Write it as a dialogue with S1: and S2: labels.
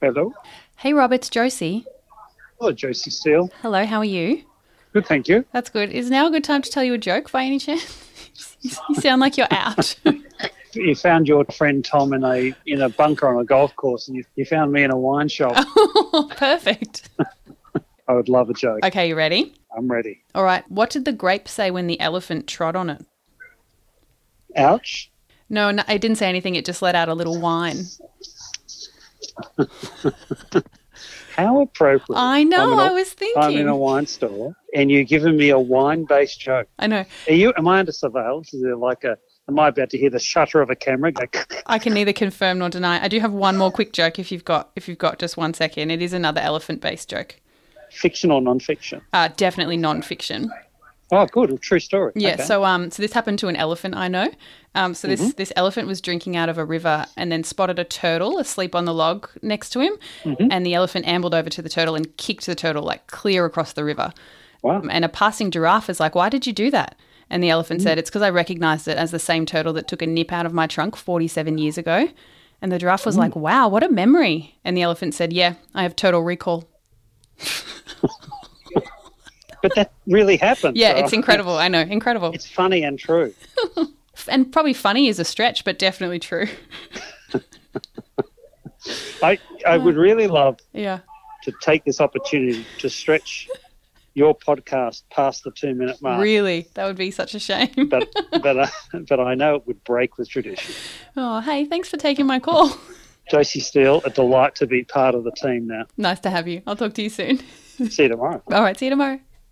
S1: Hello.
S2: Hey, Rob, it's Josie.
S1: Hello, Josie Steele.
S2: Hello, how are you?
S1: Good, thank you.
S2: That's good. Is now a good time to tell you a joke by any chance? you sound like you're out.
S1: You found your friend Tom in a in a bunker on a golf course, and you, you found me in a wine shop.
S2: Oh. Perfect.
S1: I would love a joke.
S2: Okay, you ready?
S1: I'm ready.
S2: All right. What did the grape say when the elephant trod on it?
S1: Ouch.
S2: No, no, it didn't say anything. It just let out a little whine.
S1: How appropriate.
S2: I know.
S1: I'm in a-
S2: I was thinking.
S1: I'm in a wine store, and you're giving me a wine-based joke.
S2: I know.
S1: Are you? Am I under surveillance? Is there like a? Am I about to hear the shutter of a camera? Go,
S2: I can neither confirm nor deny. I do have one more quick joke if you've got if you've got just one second. It is another elephant-based joke.
S1: fiction or non-fiction?
S2: Uh, definitely non-fiction.
S1: Oh, good. A true story.
S2: Yeah.
S1: Okay. Mm-hmm.
S2: So um, so this happened to an elephant I know. Um, so this this elephant was drinking out of a river and then spotted a turtle asleep on the log next to him,
S1: Mm-hmm.
S2: and the elephant ambled over to the turtle and kicked the turtle like clear across the river.
S1: Wow.
S2: And a passing giraffe is like, "Why did you do that?" And the
S1: Mm-hmm.
S2: elephant said, "It's because I recognized it as the same turtle that took a nip out of my trunk 47 years ago." And the giraffe was
S1: Mm-hmm.
S2: like, "Wow, what a memory!" And the elephant said, "Yeah, I have total recall."
S1: But that really happened.
S2: Yeah,
S1: so
S2: it's incredible. I know, incredible,
S1: It's funny and true.
S2: and probably funny is a stretch, but definitely true.
S1: I I would really love
S2: yeah.
S1: to take this opportunity to stretch your podcast past the two minute mark.
S2: Really? That would be such a shame.
S1: But but uh, but I know it would break with tradition.
S2: Oh, hey, thanks for taking my call.
S1: Josie Steele, a delight to be part of the team now.
S2: nice to have you. I'll talk to you soon.
S1: See you tomorrow.
S2: All right, see you tomorrow.